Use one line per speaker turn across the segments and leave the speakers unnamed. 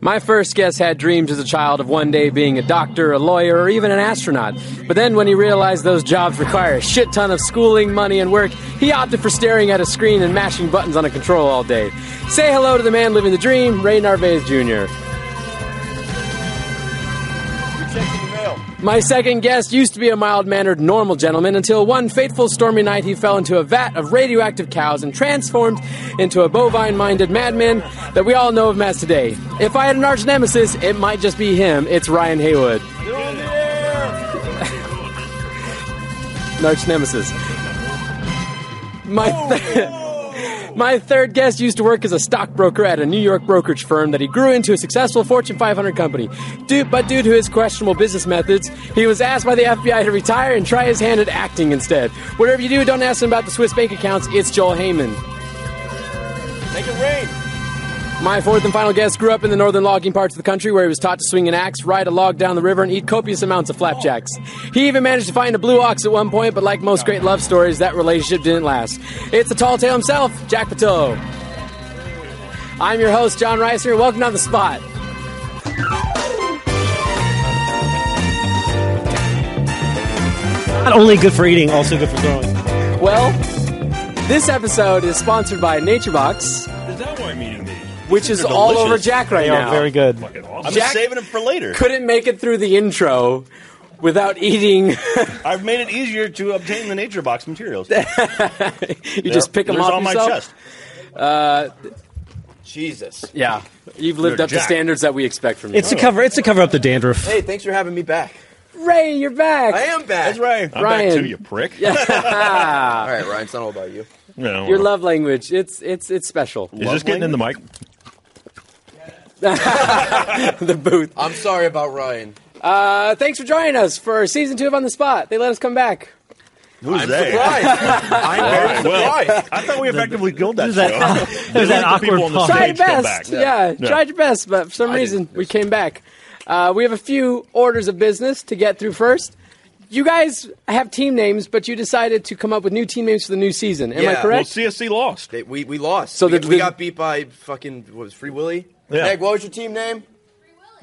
My first guest had dreams as a child of one day being a doctor, a lawyer, or even an astronaut. But then when he realized those jobs require a shit ton of schooling, money, and work, he opted for staring at a screen and mashing buttons on a control all day. Say hello to the man living the dream, Ray Narvaez Jr. My second guest used to be a mild mannered, normal gentleman until one fateful stormy night he fell into a vat of radioactive cows and transformed into a bovine minded madman that we all know of as today. If I had an arch nemesis, it might just be him. It's Ryan Haywood. arch nemesis. My. My third guest used to work as a stockbroker at a New York brokerage firm that he grew into a successful Fortune 500 company. Due, but due to his questionable business methods, he was asked by the FBI to retire and try his hand at acting instead. Whatever you do, don't ask him about the Swiss bank accounts. It's Joel Heyman.
Make it rain.
My fourth and final guest grew up in the northern logging parts of the country where he was taught to swing an axe, ride a log down the river, and eat copious amounts of flapjacks. He even managed to find a blue ox at one point, but like most great love stories, that relationship didn't last. It's the tall tale himself, Jack Patillo. I'm your host, John Reiser. Welcome to the spot.
Not only good for eating, also good for growing.
Well, this episode is sponsored by NatureBox,
Is that why I'm eating these?
which is all over Jack right
They
now.
are very good.
I'm
Jack-
just saving them for later.
Couldn't make it through the intro without eating. you
I've made it easier to obtain the Nature Box materials. you
just pick them
There's
off
on
yourself.
my chest. Jesus.
Yeah, you've lived
They're
up to
jacked.
standards that we expect from you.
It's to cover. It's to cover up the dandruff.
Hey, thanks for having me back.
Ray, you're back.
I am back.
That's right. I'm
Ryan.
back too, you prick.
All right, Ryan, it's not all about you.
No,
Your love language. It's it's it's special.
Is this getting in the mic?
the booth.
I'm sorry about Ryan.
Uh, thanks for joining us for season two of On the Spot. They let us come back.
Who's
I'm
they?
surprised. I'm very surprised.
Well, I thought we effectively killed that
that-
show.
there's
They
that
let the people
awkward
on the
pause.
Try your
stage come
best.
back.
Yeah,
Yeah.
tried your best, but for some
I
reason
didn't.
we came back. Uh, we have a few orders of business to get through first. You guys have team names, but you decided to come up with new team names for the new season. Am I
Yeah, well,
Well,
correct?
CSC lost.
They- we, we lost.
So
So we,
the-
we
the-
got beat by fucking, what was it, Free Willy?
Yeah.
Meg, what was your team name?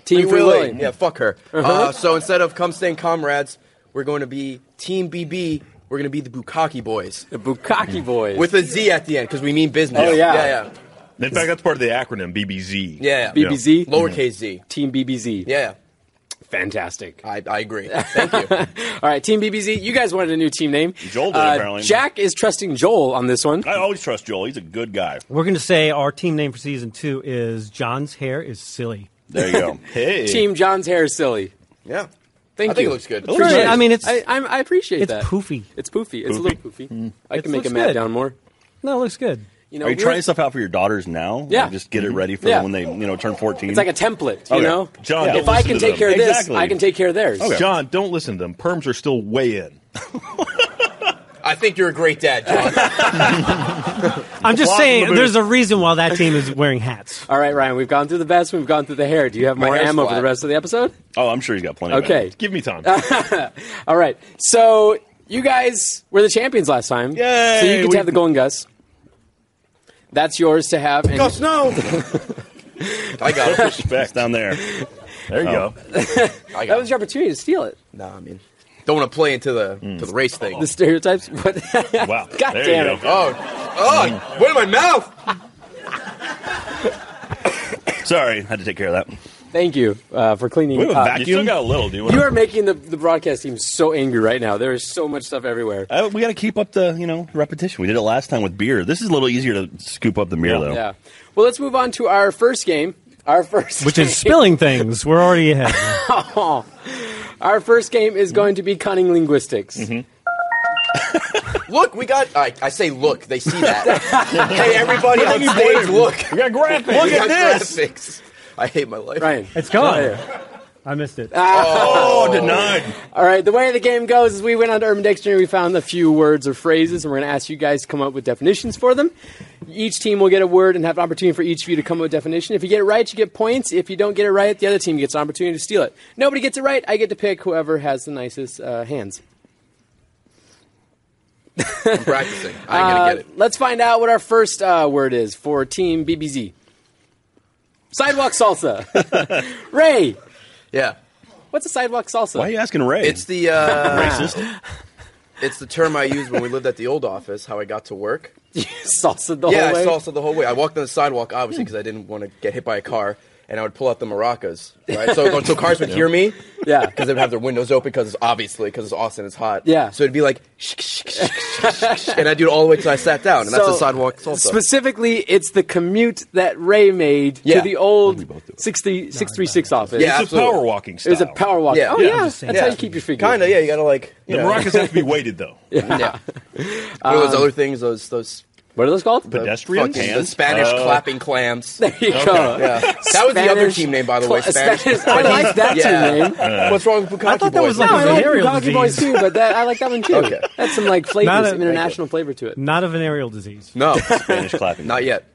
team Free Willy.
Yeah, fuck her. Uh, so instead of Come Staying Comrades, we're going to be Team BB. We're going to be the Bukaki Boys.
The Bukaki Boys.
With a Z at the end, because we mean business.
Oh, yeah.
Yeah,
In fact, that's part of the acronym BBZ.
yeah. yeah.
BBZ.
Lowercase Z.
Team BBZ.
Yeah,
Fantastic.
I, I agree. Thank you.
All right, Team BBZ, you guys wanted a new team name.
Joel did,
Uh,
apparently.
Jack is trusting Joel on this one.
I always trust Joel. He's a good guy.
We're going to say our team name for season two is John's hair is silly.
There you go. hey.
Team John's hair is silly.
Yeah.
Thank
I think
you.
it looks good.
looks Appreciate good. it. I mean, it's-
I, I'm, I appreciate
it's
that.
poofy.
It's poofy. It's a
Poofy? Mm.
little poofy. I
It
can make it
looks
map
good.
down more.
No, it looks good.
You know,
Are you
we're-
trying stuff out for your daughters now? Mm-hmm. Like,
Yeah.
just get it ready for
Yeah.
them when they, you know, turn 14.
It's like a template, you
Okay.
know.
John,
if
don't
I
listen
can
to
take
them.
care of this,
Exactly.
I can take care of theirs.
John, don't listen to them. Perms are still way in.
I think you're a great dad, John.
I'm just
plot in the
saying,
movie.
there's a reason why that team is wearing hats.
All right, Ryan. We've gone through the vest. We've gone through the hair. Do you have more,
More hair's
ammo for
flat.
the rest of the episode?
Oh, I'm sure he's got plenty. of
Okay.
it. give me time.
All right. So you guys were the champions last time.
Yay,
So you get
we-
to have the going Gus. That's yours to have. And
Gus, no. I got it.
Facts down there. There you go.
I
that
got
was
it.
your opportunity to steal it.
No, I mean, don't want to play into the to the race thing.
The stereotypes. What?
Wow.
God
there
damn
you
it.
Go.
oh, oh, what in my mouth?
Sorry, had to take care of that.
Thank you uh, for cleaning
We have a
up.
vacuum. You still got a little, do you?
You are making the, the broadcast team so angry right now. There is so much stuff everywhere.
Uh, we got to keep up the you know repetition. We did it last time with beer. This is a little easier to scoop up the beer though.
Yeah. Well, let's move on to our first game. Our first,
Which
game,
is spilling things. We're already ahead.
Our first game is going to be cunning linguistics.
Mm-hmm.
Look, we got. I, I say, look. They see that. hey, everybody on stage, look.
We got graphics.
Look at this. Graphics. I hate my life.
Ryan,
It's gone.
Right.
I missed it.
Oh, denied.
All right. The way the game goes is we went onto Urban Dictionary, we found a few words or phrases, and we're going to ask you guys to come up with definitions for them. Each team will get a word and have an opportunity for each of you to come up with a definition. If you get it right, you get points. If you don't get it right, the other team gets an opportunity to steal it. Nobody gets it right. I get to pick whoever has the nicest uh, hands.
I'm practicing.
Uh,
I ain't gonna get it.
Let's find out what our first uh, word is for Team BBZ. Sidewalk salsa. Ray,
Yeah.
what's a sidewalk salsa?
Why are you asking Ray?
It's the uh,
racist.
it's the term I used when we lived at the old office. How I got to work.
salsa the
yeah,
whole way?
I salsa the whole way. I walked on the sidewalk obviously because I didn't want to get hit by a car, and I would pull out the maracas. Right, so so cars would hear me.
Yeah.
because they'd have their windows open because obviously because it's Austin, it's hot.
Yeah.
so it'd be like, shk, shk, shk, shk, shk, shk, and I would do it all the way till I sat down, and that's
So,
a sidewalk salsa.
Specifically, it's the commute that Ray made
Yeah.
to the old
We both do it.
60, 636 office.
Yeah,
It's a
absolutely.
power walking
It
style.
was a power walk.
Yeah.
Oh,
Yeah,
yeah.
I'm
just
That's
saying.
how
Yeah.
you keep your figure.
Kind of, yeah. You gotta like you
The
know.
maracas have to be weighted though.
Yeah.
Um,
What are those other things? Those those
What are those called?
the
Pedestrians?
fucking- the
Hands?
Spanish
Oh.
clapping clams.
there you go.
Yeah. That was the other
Spanish
team name, by the way.
cla-
Spanish.
Spanish- I like that
Yeah.
team name.
What's wrong with Bukaki
I thought that
Boys?
was
No,
like
I like
Venereal
Bukaki Boys too,
disease.
but that, I like that one too.
Okay.
That's some like flavor,
Not a-
some international flavor to it.
Not a venereal disease.
no,
Spanish clapping.
not yet.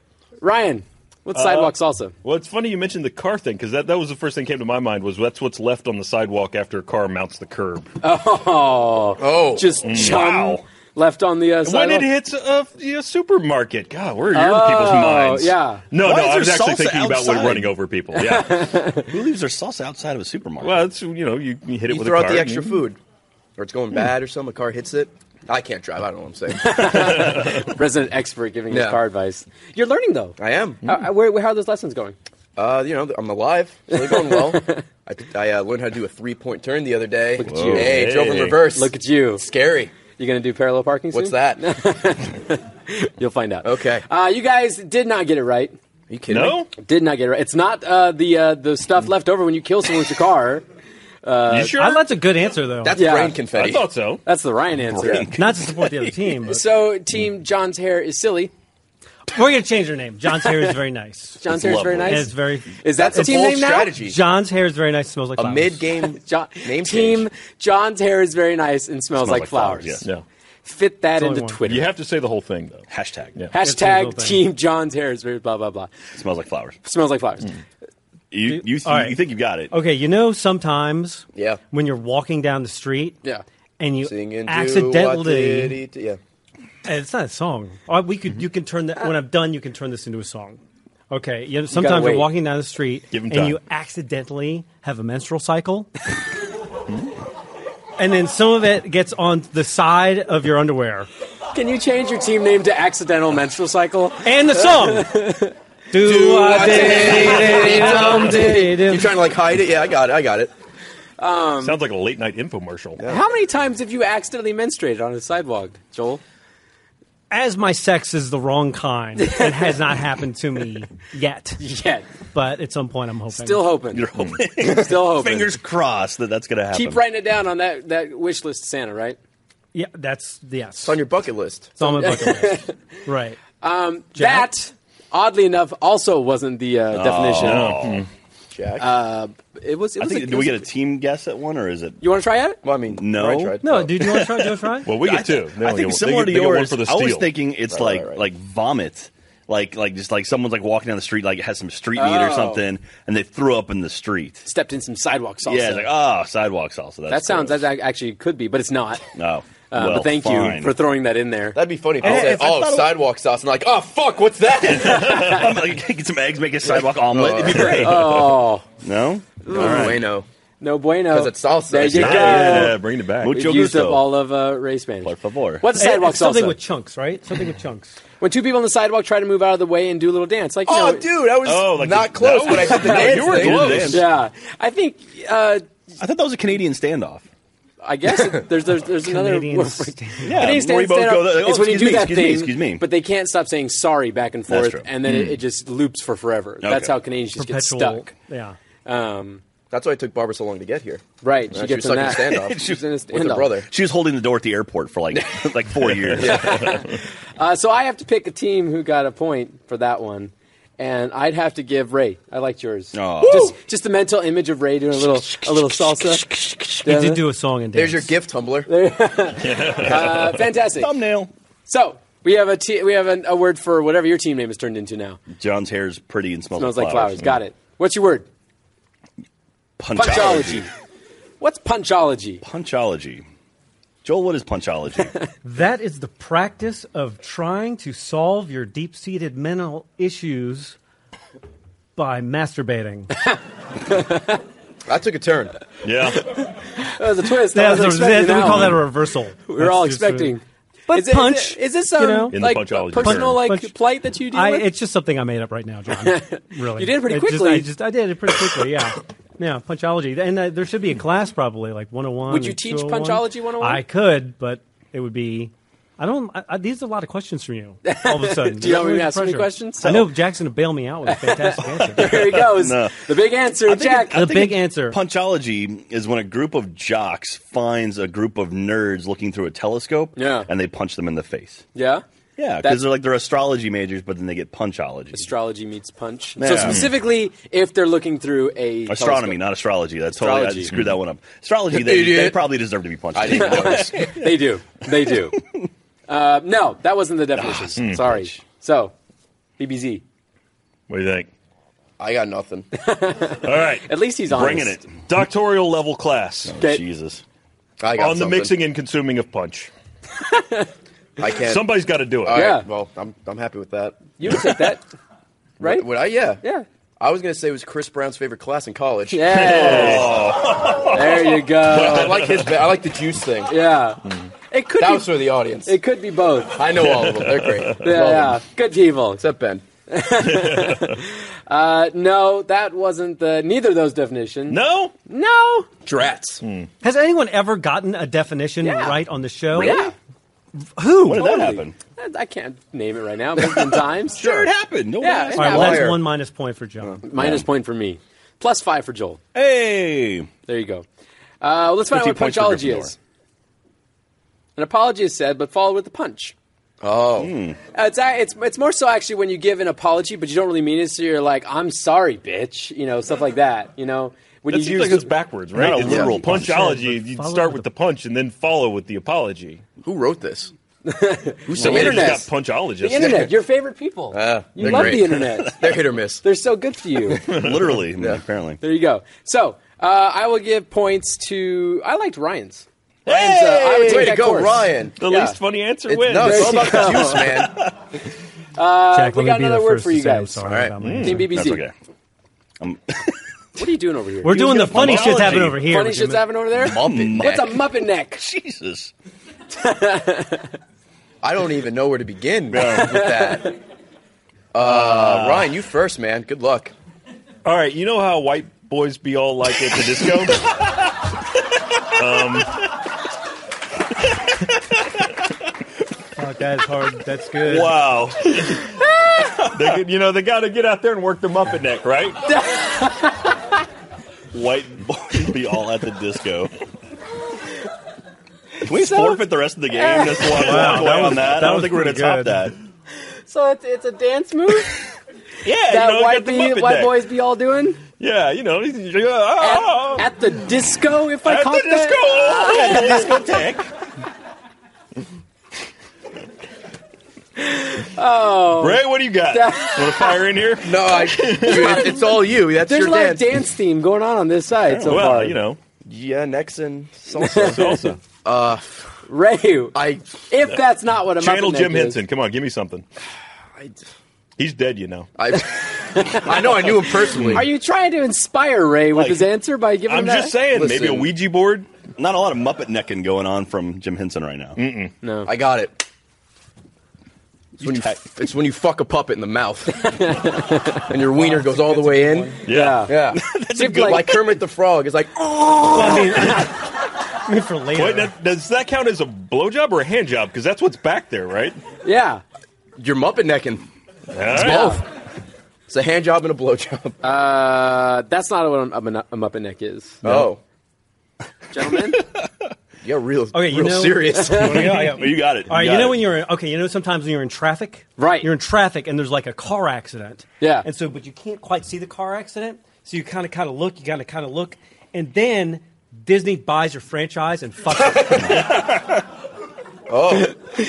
Ryan,
Uh,
what's sidewalk salsa?
Well, it's funny you mentioned the car thing because that, that was the first thing that came to my mind was that's what's left on the sidewalk after a car mounts the curb.
Oh,
Just
mm.
chum
Wow.
left on the uh,
when
sidewalk.
it hits a you know, supermarket, God, where are your people's minds?
yeah.
No, Why no, is I was there actually salsa thinking about when outside? running over people. Yeah.
Who leaves their salsa outside of a supermarket?
well, it's you know you, you hit it
you
with
throw
a
out
car.
the extra
and-
food, or it's going bad, or something. A car hits it. I can't drive. I don't know what I'm saying.
Resident expert giving his
Yeah.
car advice. You're learning though.
I am.
How, where, where- how are those lessons going?
Uh, you know, I'm alive. So they're going well. I, I uh, learned how to do a three point turn the other day.
Look at you.
Hey,
Whoa.
drove in
Hey.
reverse.
Look at you.
Scary.
You going to do parallel parking soon?
What's that? Are
You'll find out.
Okay.
Uh, you guys did not get it right.
you kidding me?
No,
Did not get it right. It's not uh, the uh, the stuff left over when you kill someone with your car.
you sure?
I, that's a good answer, though.
That's
Yeah.
brain
I
confetti.
thought so.
That's the Ryan answer.
not to support the other team. But
So, team John's hair is silly.
we're going to change their name. John's hair is very nice.
John's hair is very
lovely.
And
nice.
It's very.
is that the
That's a
team
bold
name now?
strategy.
John's hair is very nice. Smells like
A
flowers.
mid game
John,
name
team
change.
John's hair is very nice and smells, like, flowers.
Yes.
Fit that
It's only
into
one.
Twitter.
You have to say the whole thing though.
Hashtag.
Yeah.
That's a real
Hashtag
thing.
team John's hair is very blah blah blah.
It smells like flowers.
Smells like flowers.
You,
You,
All right.
you think you've got it.
Okay, you know sometimes.
Yeah.
When you're walking down the street.
Yeah.
And you
Singing do what did
accidentally.
he do- Yeah.
It's not a song. Uh, We could. You can turn that. When I'm done, you can turn this into a song. Okay. You know, sometimes
wait.
you're walking down the street
'em
and
time.
you accidentally have a menstrual cycle. And then some of it gets on the side of your underwear.
Can you change your team name to Accidental Menstrual Cycle?
And the song. Do, I diddy dum diddy dum.
You trying to like hide it? Yeah, I got it. I got it.
Sounds like a late night infomercial.
How many times have you accidentally menstruated on a sidewalk, Joel?
As my sex is the wrong kind, it has not happened to me yet.
Yet.
But at some point, I'm hoping.
Still hoping.
You're hoping.
Still hoping.
Fingers crossed that that's going to happen.
Keep writing it down on that, that wish list, Santa, right?
Yeah, that's yes.
It's on your bucket list.
It's on my bucket list. Right. Jack?
That, oddly enough, also wasn't the uh, definition.
Oh.
Jack.
It was. It
I
was
think,
a-
do
it
we
was
get
a-
a team guess at one, or is it?
You want to try it?
well, I mean,
no.
Ryan tried.
No,
Oh.
dude, you want to try? Do you want to try?
Well, we get two. They
I
only get
think
one-
similar
they
to
get- they get one
yours.
for the
I was
steal.
thinking it's
right,
like
right.
like vomit, like like just like someone's like walking down the street, like has some street meat or
Oh.
something, and they threw up in the street.
Stepped in some sidewalk salsa.
Yeah, it's like oh, sidewalk salsa. That's
that sounds.
gross.
That actually could be, but it's not.
no.
Uh,
Well,
but thank
fine.
you for throwing that in there.
That'd be funny if I
Oh,
said,
if I
"Oh,
thought it-
sidewalk sauce," and like, "Oh, fuck, what's that?"
I'm like, get some eggs, make a sidewalk omelet. It'd be great.
Oh
no,
No bueno.
no bueno.
'Cause it's salsa.
There you
Yeah,
go.
Ah, Yeah, yeah, bring it back.
Mucho
We've used up
gusto.
all of uh, Ray Spanish.
Por favor.
What's a
Hey,
sidewalk
it's something
salsa?
with chunks, right? Something with chunks.
when two people on the sidewalk try to move out of the way and do a little dance, like you
Oh,
know,
dude, I was
Oh, like
not
the-
close
that
when I did the dance.
you were
thing.
close.
Yeah, I think. Uh,
I thought that was a Canadian standoff.
I guess it- there's there's, there's another
Canadian
word for-
stand-
Yeah,
Canadian
where we both
stand-up
go, like, oh,
is when you
excuse
do
me,
that
excuse me,
thing,
excuse me.
but they can't stop saying sorry back and
That's
forth,
true. Hmm.
and then it, it just loops for forever. That's how Canadians just get stuck.
Yeah.
Um,
That's why it took Barbara so long to get here.
right,
Uh,
she
she
gets
was
in that.
stuck in a standoff
She's in a
with her
standoff.
brother.
She was holding the door at the airport for like like four years.
Uh, so I have to pick a team who got a point for that one, and I'd have to give Ray. I liked yours.
Aw.
Just just the mental image of Ray doing a little a little salsa.
He did do a song and dance.
There's your gift tumbler.
Uh, fantastic.
Thumbnail.
So we have a te- we have an, a word for whatever your team name is turned into now.
John's hair is pretty and smells,
Smells
like
like flowers. Got it. What's your word? Punchology.
Punchology.
What's punchology?
Punchology. Joel, what is punchology?
That is the practice of trying to solve your deep seated mental issues by masturbating.
That took a turn.
Yeah.
That was a Uh, twist. I wasn't
That was a-
expecting
that- we
that
call
one.
that a reversal.
We were all expecting.
But
is it- is
punch,
it- Is, this
you
some
know?
In the
like
punchology
personal
term.
like
Punch.
plight that you deal
I,
with?
it's just something I made up right now, John. really,
You did it pretty
just-
quickly.
I just I did it pretty quickly. Yeah, yeah. Punchology, and uh, there should be a class probably like 101.
Would you
and
teach
201.
Punchology 101?
I could, but it would be. I don't. I, I, these are a lot of questions from you. All of a sudden,
Do you want me to
Really
ask any
pressure.
questions?
I know Jackson would bail me out with a fantastic answer.
Here he goes.
No.
The big answer, Jack.
The big answer.
Punchology is when a group of jocks finds a group of nerds looking through a telescope
Yeah.
and they punch them in the face.
yeah.
Yeah,
That's-
because they're like they're astrology majors, but then they get punchology.
Astrology meets punch. So
Yeah.
specifically, if they're looking through a
Astronomy,
telescope.
not astrology. That's totally
Astrology.
I screwed that one up. Astrology, they, they
Idiot.
probably deserve to be punched.
they do. They do. uh, no, that wasn't the definition. Sorry. So, BBZ.
What do you think?
I got nothing.
All right.
At least he's honest.
Bringing it
Doctoral level class
Okay.
Jesus.
I got
on the
something.
mixing and consuming of punch.
I can't.
Somebody's got to do it.
All right,
Yeah.
Well, I'm I'm happy with that.
You would take that, right?
Would I? Yeah.
Yeah.
I was gonna say it was Chris Brown's favorite class in college.
Yes. there you
I
go.
like his. I like the juice thing.
Yeah. It could
That
be.
was for the audience.
it could be both.
I know all of them. They're great. Love
Yeah, yeah.
them.
Good people.
Except Ben.
Uh, no, that wasn't the neither of those definitions.
No?
No.
Drats.
Hmm.
Has anyone ever gotten a definition
Yeah.
right on the show?
Yeah.
Who?
When did
Totally.
that happen?
I can't name it right now. but it's been times.
Sure, it happened. No
Yeah.
yeah.
All right, well, that's
Liar.
one minus point for John.
Minus point for me. Plus five for Joel.
Hey.
There you go. Uh, let's find out what
50 points for
punchology
Gryffindor.
is. An apology is said, but followed with a punch.
Oh.
Uh, It's, a- it's it's more so actually when you give an apology, but you don't really mean it. So you're like, "I'm sorry, bitch," you know, stuff like that. You know, when
That
you
seems
use
like it's backwards, right?
Not a
It's
literal punch.
punchology.
But
You
follow
start
with
with
the-
the punch and then follow with the apology.
Who wrote this? Who
So
submitted
internet.
we just
internet's-
got punchologists.
the internet, your favorite people.
Ah,
you
they're
love
great.
the internet.
They're hit or miss.
They're so good for you.
Literally, apparently.
There you go. So uh, I will give points to. I liked Ryan's. Ryan's. I would take
Way
that
to go,
course.
Ryan.
The
Yeah.
least funny answer
It's,
wins.
no, it's all
There
about the juice, man.
Jack,
Uh, we
let me
got
be
another
the
word
first
for
to
you
say I'm
guys.
sorry
All right.
about my
Team
answer.
BBC.
That's okay.
What are you doing over here?
We're
You
doing
gonna
the funny
Apology.
shit's happening over here.
funny
Would you
shit's
ma-
happening over there.
Muppet
What's a
neck.
muppet neck?
Jesus.
I don't even know where to begin with that. Uh, Ryan, you first, man. Good luck.
All right, you know how white boys be all like at the disco? um,
Fuck, that's hard. That's good.
wow. they, could- you know, they got to get out there and work the Muppet neck, right?
White boys be all at the disco. Can we
So-
forfeit the rest of the game just to walk walk away on that?
that
I don't
was
think we're going
pretty
to top
good.
that.
So it's it's a dance move
Yeah, you
that
know,
white
got the
be,
Muppet
white
neck.
boys be all doing
Yeah, you know.
at,
ah, ah,
at the disco. If I
At the
caught that.
disco. At the
Oh.
discotheque. Ray, what do you got? Want to fire in here?
No, I, dude, it- it's all you. That's
There's
your
a lot of
dance.
dance theme going on on this side so
well,
far.
you know,
Yeah, Nexon.
salsa.
Ray,
I,
if that's not what a
Channel
Muppet
Jim
neck
Henson. Come on, give me something.
I,
He's dead, you know.
I, I know I knew him personally.
is. Are you trying to inspire Ray with
Like,
his answer by giving
I'm
him that?
just saying, maybe a
Listen.
Ouija board.
Not a lot of Muppet necking going on from Jim Henson right now.
No.
I got it. It's when, you, it's when you fuck a puppet in the mouth, and your wiener goes all the way in.
yeah.
Yeah,
a good
like, Kermit the Frog is like, "Oh,
Well, I mean, I mean, for later.
Wait, now, does that count as a blowjob or a hand job? Because that's what's back there, right?
Yeah.
you're muppet necking.
All right.
Both.
Oh.
It's a hand job and a blowjob.
Uh, that's not what a, a, a Muppet neck is,
Oh,
gentlemen.
yeah, real,
Okay, you
real
know-
serious.
Oh,
Yeah, yeah.
Well, you got it.
All right, you
got
know
it.
when you're in, okay, you know sometimes when you're in traffic,
Right.
You're in traffic and there's like a car accident,
Yeah.
And so, but you can't quite see the car accident, so you kind of, kind of look, you kind of, kind of look, and then Disney buys your franchise and fucks it.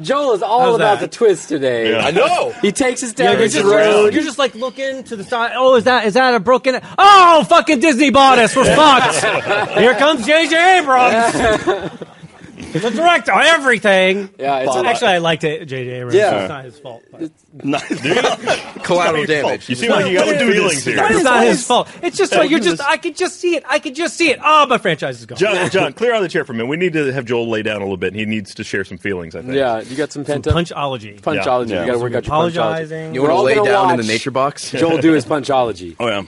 Joel is all
How's
about
that?
the twist today.
Yeah.
I know.
He takes us
Yeah,
down
you're,
this
just,
road.
you're just like looking to the side. Oh, is that is that a broken? Oh, fucking Disney bought us. We're fucked. Here comes JJ Abrams. the director, everything.
Yeah, it's a lot.
actually, I liked it, J.J. Abrams.
Yeah.
It's not his fault. but-
Collateral damage.
You seem like you got
Don't do
feelings
this.
here.
It's not his fault. It's just like you're
do
just. I could just see it. I could just see it. Oh, my franchise is gone.
John, John, clear out of the chair for a minute. We need to have Joel lay down a little bit. He needs to share some feelings, I think.
Yeah, you got some pent up
Punchology.
punchology.
Yeah.
You got to work out your punchology.
Apologizing.
You
We're
want to
all
lay
gonna
down in the
watch.
nature box?
Joel do his punchology.
Oh yeah,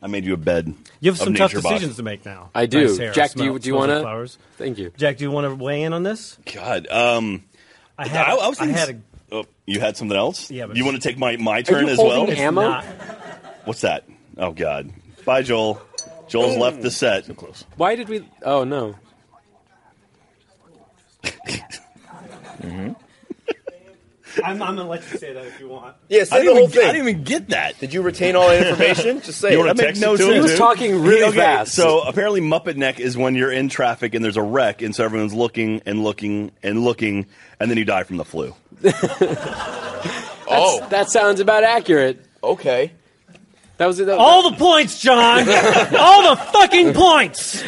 I made you a bed.
You have
of
some tough
nature box.
decisions to make now.
I do.
Nice hair,
Jack, do
smell-
you, do you
smells
want
of
to?
flowers.
Thank you.
Jack, do you want to weigh in on this?
God, um,
I
I,
had.
I was thinking.
I had a,
oh, you had something else.
Yeah, but-
you want to take my my turn
you
as well.
holding Ammo?
not-
What's that? Oh God. Bye, Joel. Joel's left the set. So close.
Why did we? Oh no.
I'm, I'm gonna let you say that if you want.
Yeah,
I
say the
didn't,
whole
even, I
thing.
didn't even get that.
Did you retain all that information? Just say
You
it.
wanna
That made
text
no
it to
sense.
him?
He was
dude.
talking really
Okay,
fast.
So apparently, Muppet Neck is when you're in traffic and there's a wreck, and so everyone's looking and looking and looking, and then you die from the flu.
That's-
Oh,
that sounds about accurate.
okay.
That was it. that-
All the points, John. All the fucking points.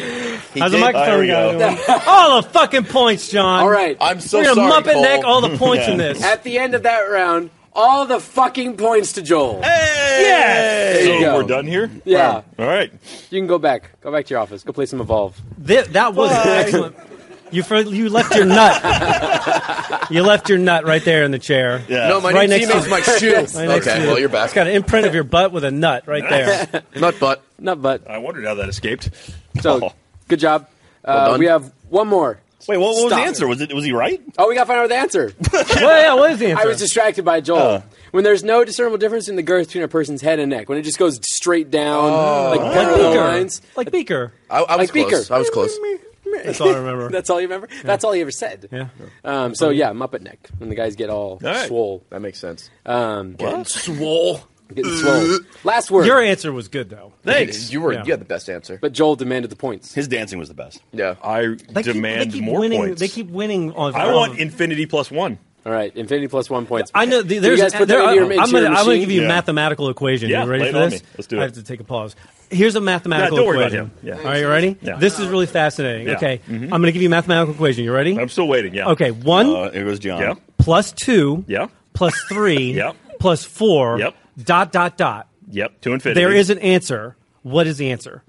He
How's the
did-
There
microphone
we go.
going? all the fucking points, John.
All right.
I'm so
We're gonna
sorry,
Muppet
Cole.
neck all the points in this.
At the end of that round, all the fucking points to Joel.
Yes.
There you
So
go.
we're done here?
Yeah.
All right.
You can go back. Go back to your office. Go play some Evolve.
Th- that was an excellent. You for, you left your nut. you left your nut right there in the chair.
Yeah.
No, my
Right
new
next
teammate's
to-
my shoe.
Right next to
okay,
the-
well, you're back.
It's got an imprint of your butt with a nut right there.
Nut butt.
Not but.
I wondered how that escaped.
So,
Oh.
good job. Uh,
Well done.
we have one more.
Wait, what, what was the
Stop.
answer? Was it was he right?
Oh, we got to find out the answer.
well, yeah, what is the answer?
I was distracted by Joel. When there's no discernible difference in the girth between a person's head and neck, when it just goes straight down, like parallel
Beaker.
lines.
Like Beaker.
I, I was
Like Beaker.
close. I was close.
That's all I remember.
That's all you remember? That's all he ever said.
yeah.
Um, so, yeah, Muppet Neck, when the guys get all
All right.
swole.
That makes sense.
Um,
Swole.
getting swole. Last word.
Your answer was good though.
Thanks.
You were.
Yeah.
You had the best answer.
but Joel demanded the points.
His dancing was the best.
yeah.
I
They keep-
demand
they keep
more
winning,
points.
They keep winning on.
I
on-
want infinity plus one.
All right, Infinity plus one points.
I know
Can
the, there's.
you guys put
there
that
are-
in your, into
I'm
your
gonna, I'm gonna
machine?
give you a
Yeah.
mathematical equation.
Yeah,
you
lay
ready
it
for
on
this?
me. Let's do
I
it.
have to take a pause. Here's a mathematical
Yeah, don't worry about
equation.
him. Yeah.
Are you ready?
Yeah.
This is really fascinating.
Yeah. Mm-hmm.
Okay, I'm going to give you a mathematical equation. You ready?
I'm still waiting. Yeah.
Okay, one
Uh, here goes John.
Yeah.
plus two
Yeah.
plus three
Yep.
plus four
Yep.
dot dot dot.
Yep. To infinity.
There is an answer. What is the answer?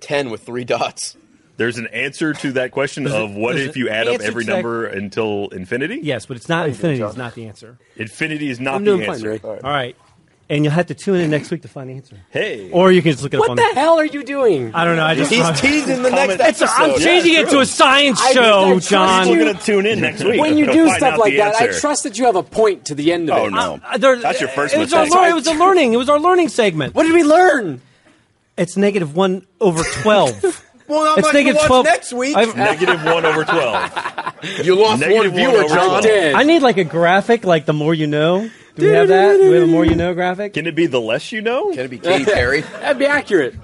Ten with three dots.
There's an answer to that question of what
there's
if
an
you add up
answer
every
to that-
number until infinity?
Yes, but it's not infinity. It's not the answer.
Infinity is not
I'm
the
doing fine,
answer.
Ray.
All right, and you'll have to tune in next week to find the answer.
Hey.
Or you can just look it up
What
on
the hell are you doing?
I don't know. I just
He's teasing the next
It's a,
episode.
I'm changing it to a science
I- I
show,
trust
John.
you.
We're gonna tune in next week.
when you
to
do
find
stuff
out
like
the
that, I
answer.
trust that you have a point to the end of
Oh
it.
no,
Uh, there-
that's your first
it was our
mistake.
lear- it was a learning. It was our learning segment.
What did we learn?
It's negative one over twelve.
Well, not
it's
much to
negative
watch
twelve
next week.
I've-
Negative one over twelve.
You lost one
Negative one
viewer,
over
John.
twelve.
Dead.
I need like a graphic, like the more you know. Do we have that? Do we have a more you know graphic?
Can it be the less you know?
Can it be Katy Perry?
That'd be accurate.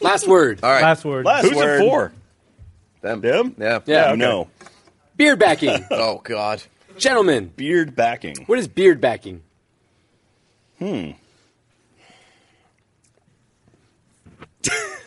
Last word.
All right.
Last word.
Last
Who's
word.
it for?
Them.
Them?
Yeah.
Yeah.
You know,
Beard backing.
Oh God.
Gentlemen,
beard backing.
what is beard backing? Hmm.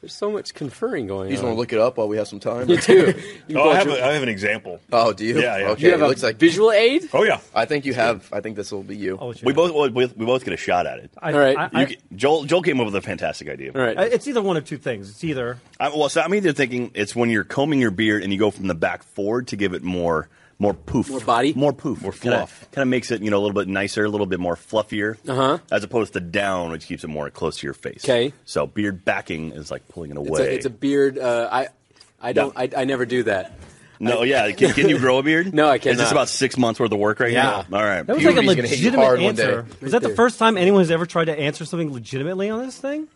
There's so much conferring going
You just want
on.
to look it up while we have some time.
you too. You can pull
Oh, I
out
have,
your-
a, I have an example.
Oh, do you?
Yeah, yeah.
Okay.
you have
it
a
looks like.
visual aid?
Oh yeah.
I think you have. I think this will be you.
I'll let you
We
know.
both we, we both get a shot at it.
I,
All right.
I- I-
You ca- Joel Joel came up with a fantastic idea.
All right.
I- it's either one of two things. It's either
I, well, so I'm either thinking it's when you're combing your beard and you go from the back forward to give it more more poof,
More body?
more poof, more
fluff.
Kind of makes it you know a little bit nicer, a little bit more fluffier, uh-huh. as opposed to down, which keeps it more close to your face.
'Kay.
So beard backing is like pulling it away.
It's a, it's a beard. Uh, I, I don't. I, I never do that.
no, yeah. Can, can you grow a beard?
No, I
Is this
cannot.
about six months worth of work right
Yeah.
now? All right.
that was
Puberty's
like a
gonna hit you
legitimate
hard one day.
answer.
Right
Was that the
there.
first time anyone has ever tried to answer something legitimately on this thing?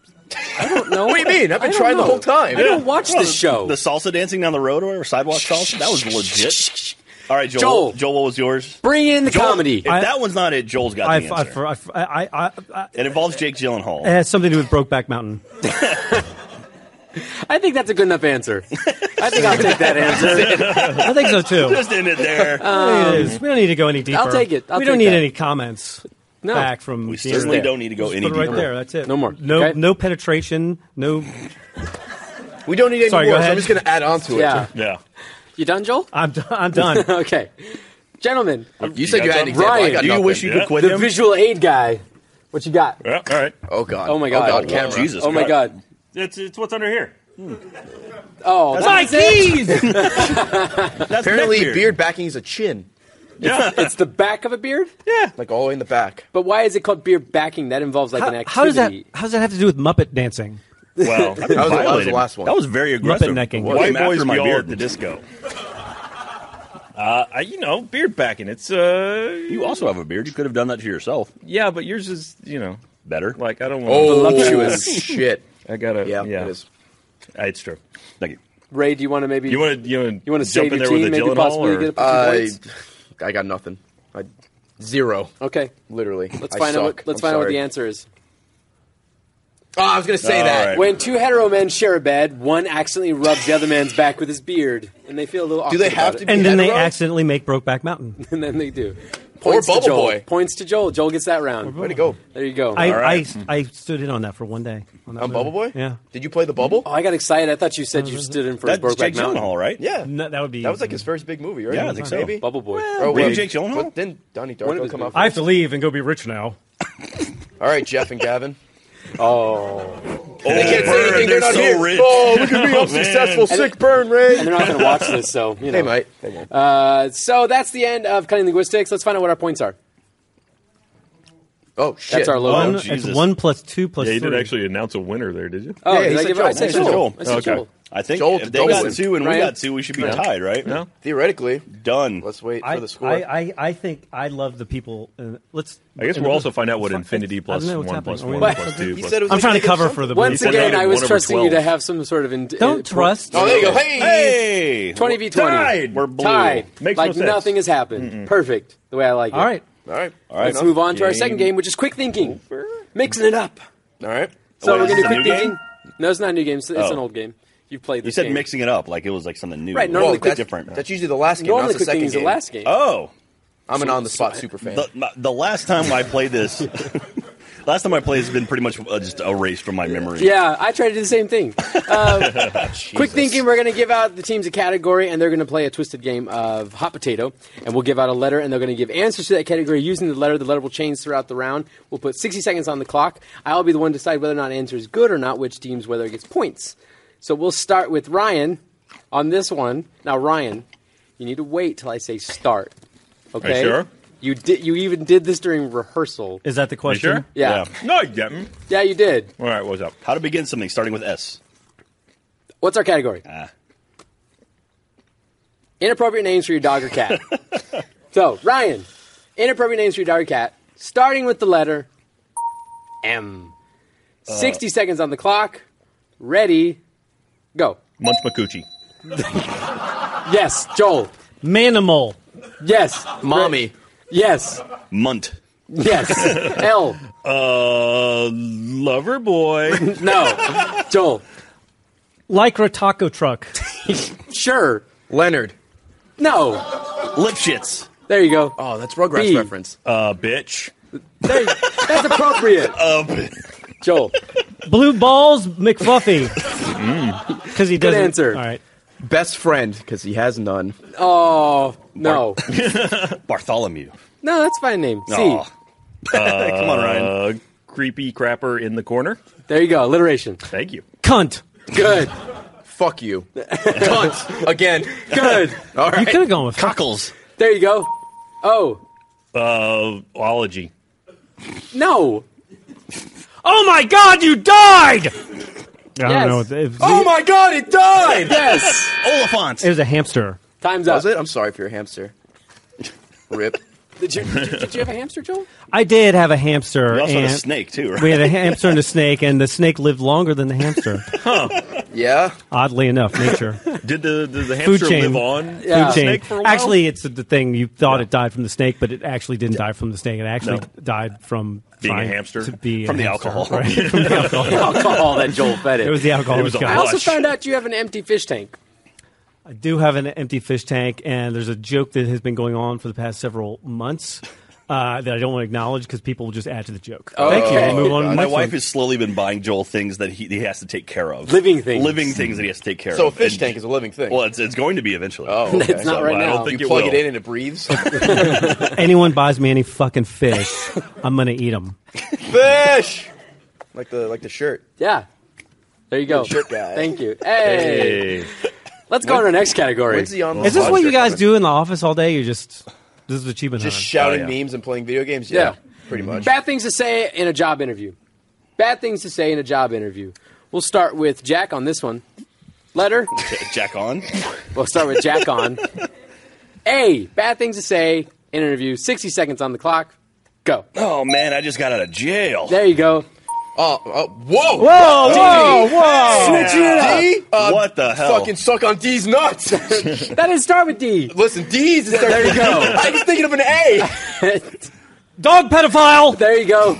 No,
What do you mean? I've been
I don't
trying the
know.
whole time.
I don't watch this show.
The salsa dancing down the road or whatever, sidewalk salsa. That was legit. All right, Joel.
Joel.
what was yours?
Bring in the
Joel,
comedy.
If that one's not it, Joel's got
I,
the
I,
answer.
I, I, I, I,
it involves Jake Gyllenhaal.
it has something to do with Brokeback Mountain.
I think that's a good enough answer. I think I'll take that answer.
I think so too.
Just end it there.
It is. we don't need to go any deeper.
take it. I'll
we don't
take
need
that.
any comments
No.
back from
We
the
certainly
there.
don't need to go
Just
any
put it right
deeper.
there. That's it.
No more.
No
Okay?
no penetration. No
We don't need any
Sorry, go
more, so
ahead.
I'm just going to add on to it.
Yeah.
Yeah.
You done, Joel?
I'm, d- I'm done.
okay. Gentlemen,
You said you
got
had an
something?
example. I
Ryan,
got
Do you
nothing.
wish you
Yeah.
could quit
the
him?
visual aid guy, what you got?
Yeah, all right.
Oh, God.
Oh, my God.
Oh, God, camera.
Jesus.
oh, my God.
It's, it's what's under here.
Oh, that's
My keys!
That's
Apparently,
neck beard.
beard backing is a chin,
Yeah.
it's the back of a beard?
like all the way in the back.
But why is it called beard backing? That involves like an
how,
activity.
how does that, how does that have to do with Muppet dancing?
wow.
That was, the- that was the last one.
That was very aggressive.
necking.
Came
White
after
boys
my
be all
beard.
at the disco. Uh, I, you know, beard backing. It's uh,
You also have a beard. You could have done that to yourself.
yeah, but yours is you know
Better.
like I don't want.
oh, shit.
I gotta.
Yeah,
Yeah,
it is.
Uh, it's true.
Thank you.
Ray, do you want to maybe
You want to you want
you want to save
jump in
your
there
team,
with a
maybe
Gyllenhaal
possibly
or
get a few
I,
points?
I got nothing. I, zero,
Okay,
literally.
let's
I
find out.
suck.
What, let's
I'm
find out what
sorry.
the answer is.
Oh, I was going to say
All
that.
right.
When two hetero men share a bed, one accidentally rubs the other man's back with his beard, and they feel a little. awkward
they
about
have
it.
to be-
And then they
Hetero?
accidentally make Brokeback Mountain.
and then they do.
Or
Points to
Bubble
Joel.
Boy.
Points to Joel. Joel gets that round.
Way to go.
There you go.
I,
All right.
I, I stood in on that for one day. On that
I'm
movie.
Bubble Boy?
Yeah.
Did you play the bubble?
oh, I got excited. I thought you said you stood in for
That's
Brokeback
Jake
Mountain.
Gyllenhaal, right?
Yeah.
No, that would be.
That was like his first big movie, right?
Yeah, I think so.
Maybe.
Bubble Boy.
Oh,
Wait,
wait.
Jake Gyllenhaal?
But then Donnie
One of
Darko
his
come out.
movies.
first.
have to leave and go be rich now.
All right, Jeff and Gavin.
Oh,
They can't say anything. They're,
They're
not
so
here.
rich.
Oh, look at me! I'm
man.
successful. Sick burn,
And
Ray.
Oh, they're not going to watch this, so you know.
They might. They won't.
Uh, so that's the end of cutting linguistics. Let's find out what our points are.
oh shit!
That's our logo.
Oh,
One, it's
Jesus.
one plus two plus
Yeah, you
three.
did actually announce a winner there, did you?
Oh,
Yeah,
did
he
I
said
give it?
Joel.
I said
He
said
Joel.
Joel.
I said
Okay.
Joel.
I think
Joel
if they got
Dolan.
two and we
Ryan?
got two, we should be tied, right?
No.
Theoretically,
Done.
let's wait
I,
for the score.
I, I, I think I love the people. Uh, let's.
I guess we'll also find out what
Fuck,
infinity
I don't
plus
know what's
one
happening.
plus
Are we-
one
What?
plus two
He
plus.
said it was
I'm
like
trying to
negative
cover
something.
for the.
Once
said
again,
that
I was
one over
trusting you to
12.
have some sort of. In-
Don't
uh,
trust.
Oh, there you go. Hey.
Hey,
20 v 20.
Tied. We're blue.
Tied.
Makes no
like
sense.
nothing has happened. Perfect. The way I like it.
All right.
All right.
All right.
Let's move on to our
Game
second game, which is quick thinking. Mixing it up.
All right.
So
Wait,
we're
is
going to
this a
quick
new
thinking.
game?
No, it's not a new game. It's, it's
Oh.
an old game. You've played
You
this
said
game.
mixing it up like it was like something new.
Right,
Whoa,
normally
Well, Oh, that's,
different.
that's usually the last game.
Normally,
not the
quick
second
thinking is the
game.
last game.
oh,
I'm an on the spot super fan.
the, my- the last time I played this, last time I played has been pretty much uh, just erased from my memory.
Yeah, I try to do the same thing. Um, Quick
Jesus.
thinking, we're going to give out the teams a category, and they're going to play a twisted game of hot potato. And we'll give out a letter, and they're going to give answers to that category using the letter. The letter will change throughout the round. We'll put 60 seconds on the clock. I'll be the one to decide whether or not answer is good or not, which teams whether it gets points. So we'll start with Ryan on this one. Now, Ryan, you need to wait till I say start. Okay?
sure?
You did. You even did this during rehearsal.
Is that the
You
question?
sure?
Yeah.
No, you didn't.
Yeah, you did.
All right, what's up?
How to begin something starting with S.
What's our category?
Ah.
Inappropriate names for your dog or cat. so, Ryan, inappropriate names for your dog or cat, starting with the letter M. 60 seconds on the clock. Ready, go.
Munch McCoochie.
Yes, Joel.
Manimal.
Yes.
Mommy.
Yes.
Munt.
Yes. L.
Uh, lover boy.
No. Joel.
Lycra taco truck.
Sure.
Leonard.
No.
Lipschitz.
There you go.
Oh, that's Rugrats
B.
reference.
uh, bitch.
There you- that's appropriate. Joel.
Blue balls McFluffy. Because he doesn't.
answer.
All right.
Best friend because he has none.
Oh, no.
Bartholomew.
No, that's a fine name. C.
Aw. Come on, Ryan.
Uh, creepy crapper in the corner.
There you go. Alliteration.
Thank you.
Cunt.
Good.
Fuck you. Cunt. Again.
Good.
All right.
You could have gone with
Cockles.
There you go. Oh,
Uh, ology.
no.
Oh my god, you died! I
Yes.
don't know. It, it,
Oh my god, it died!
Yes.
Oliphant.
it was a hamster.
Time's up.
Was it? I'm sorry for your hamster. Rip.
Did you, did, you, did you have a hamster, Joel?
I did have a hamster.
We also
and
had a snake too, right?
We had a hamster and a snake, and the snake lived longer than the hamster.
Yeah.
Oddly enough, nature.
Did the did the hamster
chain.
live on
Yeah.
the
Food chain.
snake for a while?
Actually, it's the thing you thought it died from the snake, but it actually didn't die from the snake. It actually
No.
died from
Being a
trying
hamster?
to be a
From the
hamster,
alcohol.
right? From the alcohol.
Alcohol Oh, that Joel fed
It was the alcohol.
It was
that
a
I
killed it.
also
Blush.
found out you have an empty fish tank.
I do have an empty fish tank, and there's a joke that has been going on for the past several months uh, that I don't want to acknowledge because people will just add to the joke.
Oh.
Thank you. We'll move on. to the
My
next
wife
one.
has slowly been buying Joel things that he, he has to take care of.
Living things.
Living things that he has to take care
So a
of.
fish
And-
tank is a living thing.
Well, it's, it's going to be eventually.
Oh, okay. It's
not right
I
now.
don't
you
think it
plug it,
will.
in and it breathes.
Anyone buys me any fucking fish, I'm gonna eat them.
fish. Like the like the shirt.
Yeah. There you go.
shirt guy.
Thank you. Hey.
Hey.
Let's go on to our next category.
When's the online
Is this what you
shirt
guys
coming?
do in the office all day? You just this is achievement
Just
hunt.
shouting
Oh, yeah.
memes and playing video games? Yeah,
Yeah.
pretty much.
Bad things to say in a job interview. Bad things to say in a job interview. We'll start with Jack on this one. Letter.
Jack on.
We'll start with Jack on. A. Bad things to say in an interview. 60 seconds on the clock. Go.
Oh man, I just got out of jail.
There you go.
Oh, oh, whoa!
Whoa, whoa, whoa!
Switching it up. D, uh,
What the hell?
Fucking suck on D's nuts.
That didn't start with D.
Listen, D's. Is there you go. I was thinking of an A.
Dog pedophile.
There you go.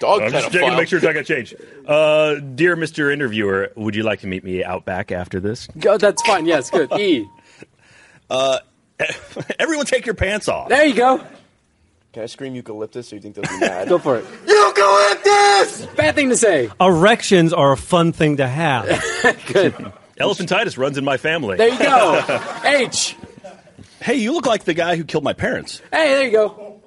Dog
I'm just checking to make sure it's not going to change. Uh, dear Mr. Interviewer, would you like to meet me out back after this?
Go. That's fine. Yes, good. E.
Everyone, take your pants off.
There you go.
Can I scream eucalyptus? So you think they'll be mad?
Go for it.
eucalyptus!
Bad thing to say.
Erections are a fun thing to have.
Elephantitis runs in my family.
There you go. H.
Hey, you look like the guy who killed my parents.
Hey, there you go.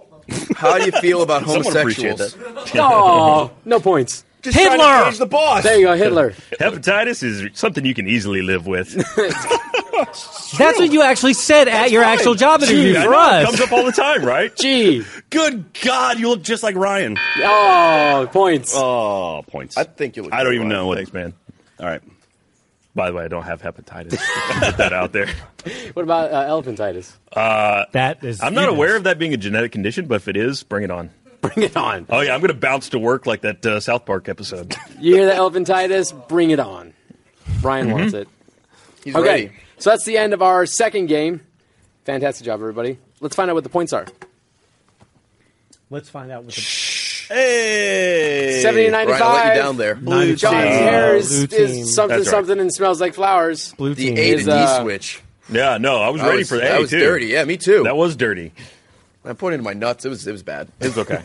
How do you feel about
Someone appreciate
homosexuals?
Oh, no points.
Just trying to
Hitler!
change the boss.
There you go, Hitler.
Hepatitis is something you can easily live with.
That's what you actually said at your actual job interview
I
for
know, it comes
us.
up all the time, right?
G.
Good God, you look just like Ryan.
Oh, points.
Oh, points.
I
I,
think you look.
don't even
good.
know what.
Thanks, man.
All right.
By the way, I don't have hepatitis. Just Put that out there.
What about uh, elephantitis?
That is.
I'm not aware of that being a genetic condition, but if it is, bring it on.
Bring it on.
Oh yeah, I'm going to bounce to work like that uh, South Park episode.
You hear the elephantitis? Bring it on. Brian wants it.
He's
Okay,
Mm-hmm. ready.
so that's the end of our second game. Fantastic job, everybody. Let's find out what the points are.
Let's find out what the
Hey.
70 to 95.
Brian, I let you down there.
Blue
Ninety
John's
Team.
five.
hair
Blue
is,
team.
is something
That's right.
something and smells like flowers.
blue
The
team
A to
Is,
D
uh,
switch.
yeah, no, I was
I
ready
was,
for the
that
A
was
too.
dirty. Yeah, me too.
That was dirty.
I pointed into my nuts. It was it was bad.
It's okay.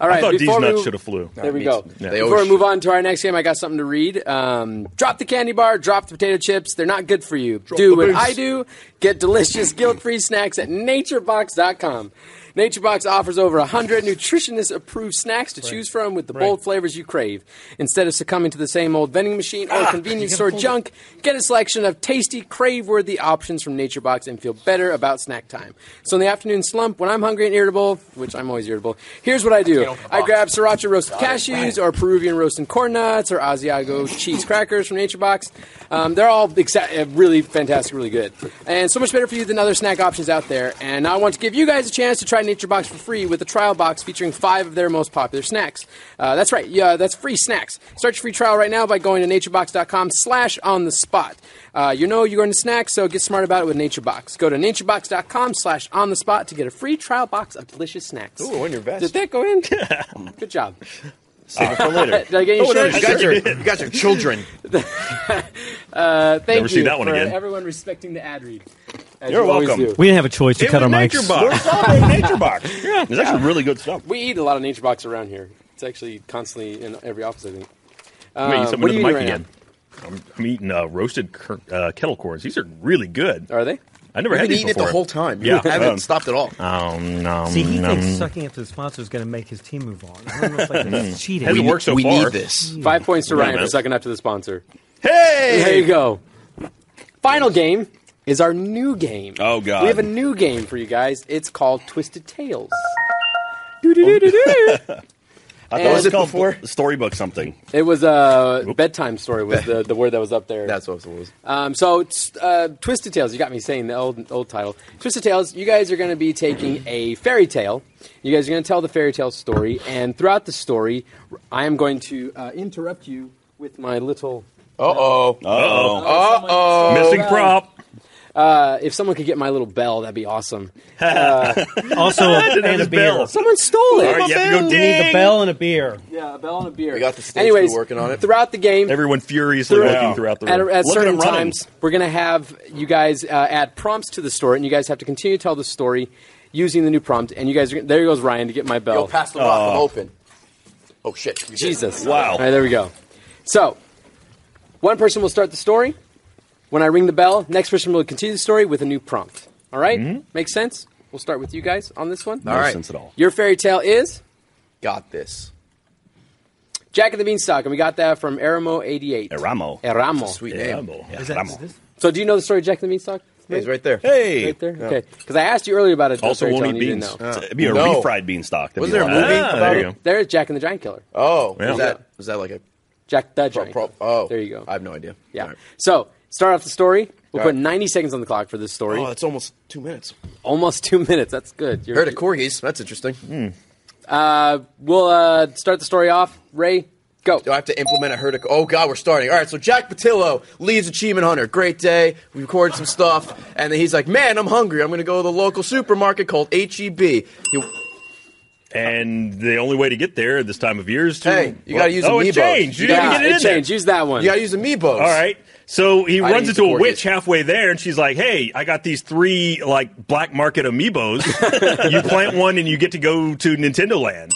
All right,
I thought these
before we
nuts
move-
should have flew.
There we
Me
go.
too. They
Before
always
we move
should.
on to our next game, I got something to read. Um, drop the candy bar, drop the potato chips. They're not good for you. do
the
what
base.
I do. Get delicious, guilt free snacks at naturebox.com. NatureBox offers over 100 nutritionist approved snacks to choose from with the bold flavors you crave. Instead of succumbing to the same old vending machine or convenience store junk, get a selection of tasty, crave worthy options from NatureBox and feel better about snack time. So in the afternoon slump, when I'm hungry and irritable, which I'm always irritable, here's what I do I grab sriracha roasted cashews or Peruvian roasted corn nuts or Asiago cheese crackers from NatureBox. Um, they're all exa- uh, really fantastic, really good, and so much better for you than other snack options out there. And I want to give you guys a chance to try NatureBox for free with a trial box featuring five of their most popular snacks. Uh, that's right, yeah, that's free snacks. Start your free trial right now by going to naturebox.com/slash on the spot. Uh, you know you're going to snack, so get smart about it with NatureBox. Go to naturebox.com/slash on the spot to get a free trial box of delicious snacks.
Ooh, on your vest.
Did that go in? Good job.
Save it for later.
Did I get your
Oh, no,
shirt?
you guys are you guys are children.
Thank
Never
you
see that one
for
again.
everyone respecting the ad read. as
You're
you always
welcome.
do.
We didn't have a choice to
It
cut our
was
mics.
Nature Box. We're celebrating Nature Box. Yeah, it's actually really good stuff.
We eat a lot of Nature Box around here. It's actually constantly in every office, I think.
Wait, you
Um,
something
what are
to the
you doing
mic
right
again. I'm, I'm eating uh, roasted cur- uh, kettle corns. These are really good.
Are they?
I never
We've
had
been
these
eating it the
before.
whole time.
Yeah.
I haven't
Um,
stopped at all.
Oh no!
See, he
no.
thinks sucking up to the sponsor is going to make his team move on. I don't know if like, that's cheating.
Hasn't
we
worked so
we
far.
need this.
Five points to
Yeah,
Ryan for
man.
sucking up to the sponsor.
Hey,
There you go. Final game is our new game.
Oh, God.
We have a new game for you guys. It's called Twisted Tales. Doo-doo-doo-doo-doo.
I
And-
thought it was
What
called
was it before?
storybook something.
it was a bedtime story was the, the word that was up there.
That's what it was.
Um, so, it's, uh, Twisted Tales. You got me saying the old old title. Twisted Tales. You guys are going to be taking a fairy tale. You guys are going to tell the fairy tale story, and throughout the story, I am going to uh, interrupt you with my little.
Uh oh.
Uh oh.
Uh oh!
Missing prop.
Uh, If someone could get my little bell, that'd be awesome.
Also, and a
his
beer.
bell.
Someone stole it.
All right, you have to go
We need the
ding.
bell and a beer.
Yeah, a bell and a beer.
We got the stage
Anyways,
crew working on it.
Throughout the game,
Everyone furiously
Throughout-
looking throughout the
at,
room.
at
Look at
certain
him running.
times, we're going to have you guys uh, add prompts to the story, and you guys have to continue to tell the story using the new prompt. And you guys, are, there goes Ryan to get my bell.
Yo, pass the rock. I'm open. Oh shit! you did it.
Jesus.
Wow.
All right, there we go. So, one person will start the story. When I ring the bell, next person will continue the story with a new prompt. All right? Makes sense? We'll start with you guys on this one.
No
Mm-hmm. All right.
sense at all.
Your fairy tale is
Got this.
Jack and the Beanstalk, and we got that from Eramo88.
Eramo.
Eramo.
Sweet
Yeah,
name.
yeah,
Is that-
Ramo.
is this-
So, do you know the story of Jack and the Beanstalk?
He's right there.
Hey.
Right there? Okay. Because I asked you earlier about it.
Also,
fairy tale,
won't
and
eat
you didn't
beans.
know.
It'd be a
No.
refried beanstalk. That'd
Was
be
there a
all right.
movie
Ah,
about
there
it?
you go.
There is Jack and the Giant Killer.
Oh,
Yeah.
was that was that like a
Jack the
pro,
Giant.
pro, oh?
There you go.
I have no idea.
yeah.
All right.
So, start off the story. We'll
All
put
right.
90 seconds on the clock for this story.
Oh, that's almost two minutes.
Almost two minutes. That's good. You're,
Heard of corgis. That's interesting.
We'll uh, start the story off. Ray, go.
Do I have to implement a herd of? Oh God, we're starting. All right, so Jack Patillo, Leeds Achievement Hunter, great day. We recorded some stuff, and then he's like, "Man, I'm hungry. I'm going to go to the local supermarket called HEB." He-
And the only way to get there this time of year is to
Hey, you gotta use
oh, it
Amiibos.
changed. You
You
didn't
gotta-
even get it, in
changed. Use that one.
you got to use amiibos. All
there. All right. So he
I
runs
need
into a
supporters.
witch halfway there, and she's like, "Hey, I got these three like black market amiibos. you plant one, and you get to go to Nintendo Land."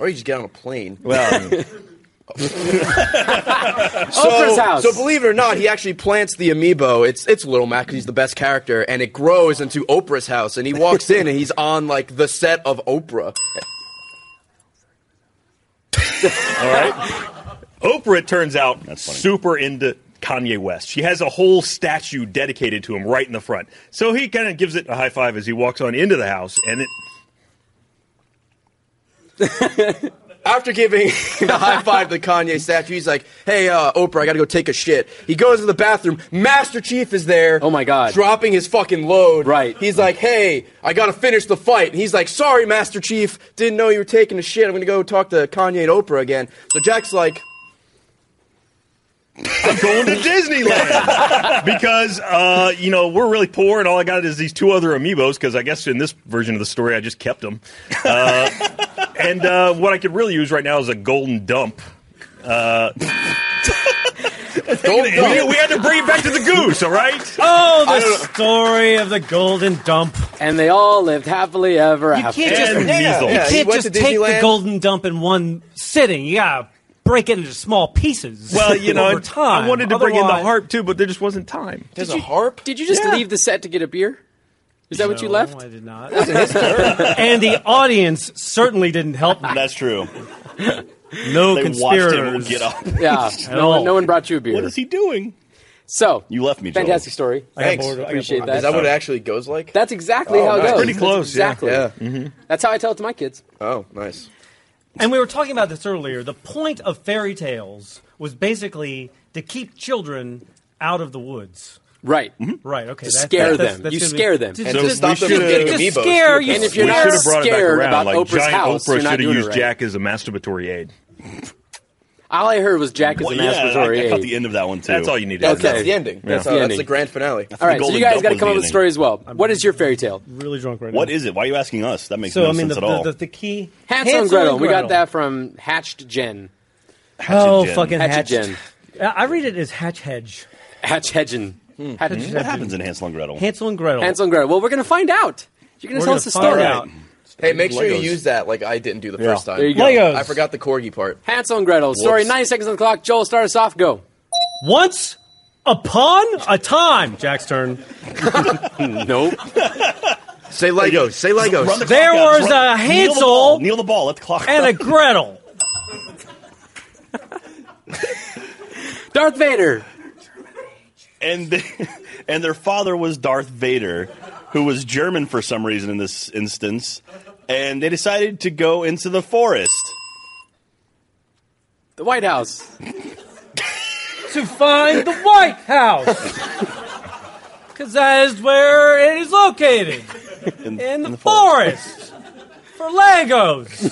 or you just get on a plane.
Well,
Oprah's Oh, house.
So believe it or not, he actually plants the amiibo. It's it's Little Mac 'cause he's the best character, and it grows into Oprah's house. And he walks in, and he's on like the set of Oprah.
All right. Oprah, it turns out, super into Kanye West. She has a whole statue dedicated to him right in the front. So he kind of gives it a high five as he walks on into the house, and it.
After giving the high five to the Kanye statue, he's like, "Hey, uh, Oprah, I gotta go take a shit." He goes to the bathroom. Master Chief is there.
Oh, my God.
dropping his fucking load.
Right.
He's like, "Hey, I gotta finish the fight." And he's like, "Sorry, Master Chief, didn't know you were taking a shit. I'm gonna go talk to Kanye and Oprah again." So Jack's like,
going to Disneyland because uh, you know we're really poor, and all I got is these two other amiibos. Because I guess in this version of the story, I just kept them. Uh, and uh, what I could really use right now is a golden dump. Uh,
"Don't
We,
go."
we had to bring it back to the goose, all right?
Oh, the story of the golden dump.
and they all lived happily ever
You
after.
can't just,
And
yeah,
measles.
you
Yeah,
he
can't
went
just
to
take the
Disneyland.
golden dump in one sitting. You gotta break it into small pieces.
Well, you know,
over time.
I wanted to bring in the
Otherwise-
harp too, but there just wasn't time.
There's a harp.
Did you just
Yeah.
leave the set to get a beer? Is that what you
No,
left?
I did not. and the audience certainly didn't help me.
that's true.
No
They watched him
conspirators.
get up.
Yeah. no, one,
all.
no one brought you a beer.
What is he doing?
So
You left me, Joel.
Fantastic story.
I got
Thanks.
bored- I got
Appreciate
bored.
that.
Is that what it actually goes like?
That's exactly
Oh,
how it
nice.
goes.
Pretty
close,
That's
yeah.
exactly. Mm-hmm.
yeah.
That's how I tell it to my kids.
Oh, nice.
And we were talking about this earlier. The point of fairy tales was basically to keep children out of the woods.
Right.
Right. Okay.
To scare them. You
gonna be-
scare them.
To,
And
to stop them
just-
from getting
just
amiibos.
scare you.
And if you're
we
not
should have brought it back
scared
around.
about
like
Oprah's
giant
house,
Oprah
you're not
should have
doing it
used
right.
Jack as a masturbatory aid.
All I heard was Jack is
Well,
a mass
yeah, I, I
majority
caught the
aide.
end of that one too.
That's all you need.
That's,
to know.
that's the ending.
That's
That's,
the
uh, that's
ending.
the grand finale.
All right, so
Golden
you guys
Dump
got to
was
come
the
up with a
ending.
story as well. What is your fairy tale?
I'm really drunk right now.
What is it? Why are you asking us? That makes
So
no
I mean,
sense
the,
at all.
The, the, the key.
Hansel, and Gretel. We got that from Hatched Gen.
Hatchet
Oh,
gin.
fucking
Hatchet
hatched.
Gen.
I I read it as hatch hedge.
Hatch Hedgen. Hatch
What happens in Hansel and Gretel?
Hansel and Gretel.
Hansel and Gretel. Well, we're going to find out. You're going to tell
We're gonna
us the
find
story.
out.
Hey, make sure you
Legos.
use that like I didn't do the first time.
There you go.
Legos.
I forgot the corgi part.
Hansel and Gretel. Story,
Whoops.
90 seconds on the clock. Joel, start us off. Go.
Once upon a time, Jack's turn.
Nope.
Say Legos. Say
Run
Legos.
the
There
clock out.
was
Run-
a
kneel the
Hansel
ball. kneel the ball. Let the clock
And
out.
a Gretel.
Darth Vader.
and they- and their father was Darth Vader, who was German for some reason in this instance, and they decided to go into the forest.
The White House.
to find the White House. Because that is where it is located
In,
in the, forest for Legos.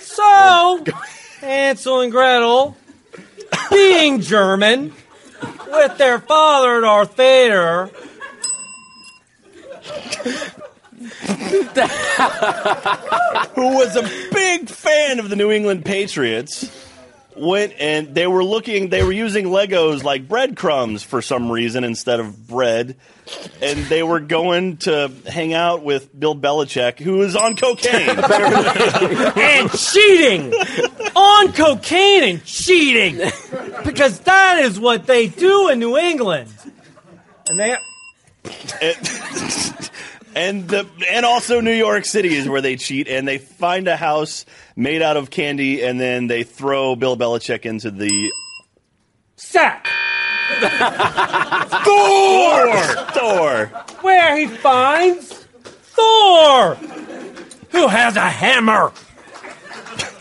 So, Hansel and Gretel, being German, with their father Darth Vader,
Who was a big fan of the New England Patriots. went and they were looking, they were using Legos like breadcrumbs for some reason instead of bread. And they were going to hang out with Bill Belichick, who is on cocaine.
and cheating on cocaine and cheating because that is what they do in New England. And they
and the and also New York City is where they cheat, and they find a house made out of candy, and then they throw Bill Belichick into the
sack
door.
where he finds Thor, who has a hammer,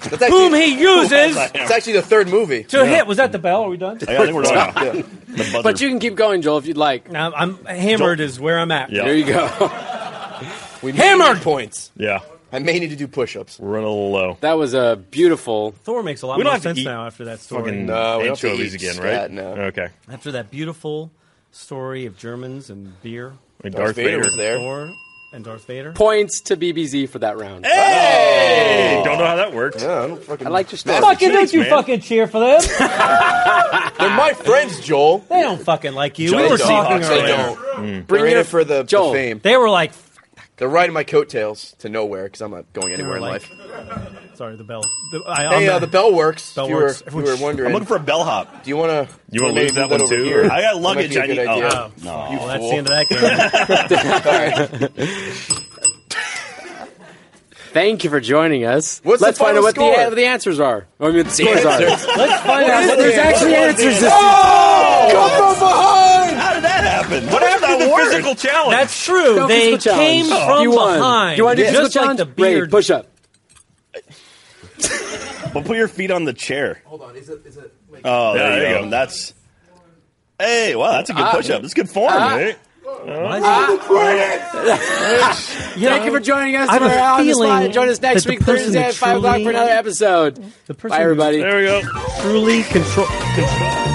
That's actually,
whom he uses
It's actually the third movie.
to hit. Was that the bell? Are we done?
I think we're done. now. The buzzer.
But you can keep going, Joel, if you'd like.
No, I'm hammered is where I'm at.
Yeah.
There you go.
We
Hammered!
hammered points.
Yeah,
I may need to do push-ups.
we're running a little low.
That was a beautiful.
Thor makes a lot
We don't
more
have to
sense
eat
now after that story.
Fucking uh,
No, we don't have to
anchovies
eat
again,
scat,
right?
Hmm. no.
Okay.
After that beautiful story of Germans and beer,
Like
Darth Vader was there.
Thor and Darth Vader.
Points to BBZ for that round.
Hey, don't know how that worked.
No, I don't fucking.
I like your stuff.
Fucking
Thanks,
don't you
man.
fucking cheer for them.
They're my
Ah.
friends, Joel.
They don't fucking like you.
Joe
we were
Seahawks,
talking
They
earlier.
don't. They're in
your-
it for the, the
Joel.
fame.
They were like,
They're riding my coattails to nowhere because I'm not going anywhere in
like-
life.
sorry, the bell. The, I,
Hey,
I'm
uh, the bell works.
Bell
if you were,
works.
if you were
I'm
wondering,
looking for a bellhop.
do you want to?
You wanna lose that one too,
Here?
or-
I got
That might
luggage.
be a
I
good
need. Oh,
idea.
Oh,
no.
well, that's the end of that game.
Thank you for joining us.
What's the
Let's find out
final
what
score?
the, the answers are. I mean, the scores are.
There's-
Let's find out.
There's,
what
there's
the-
actually answers. This
Come from behind!
How did that happen? What
After
happened to
the
the physical?
physical challenge.
That's true.
No
they
physical challenge. Oh,
came from
you won.
behind.
You want to do
just
physical
like
challenge?
the beard.
Ray, push up.
Well, put your feet on the chair.
Hold on, is it? Is it like,
Oh, there,
Yeah,
you,
there you
go. Ah.
go.
That's. Hey, wow, that's a good push-up. That's good form.
Ah.
Hey,
You know,
Thank you for joining us.
I have a
We're out on the
feeling
spot. Join us next
that the
week,
person
Thursday
that
at 5 o'clock for
truly-
another episode.
the person
Bye,
who's
everybody.
there we go.
truly control. control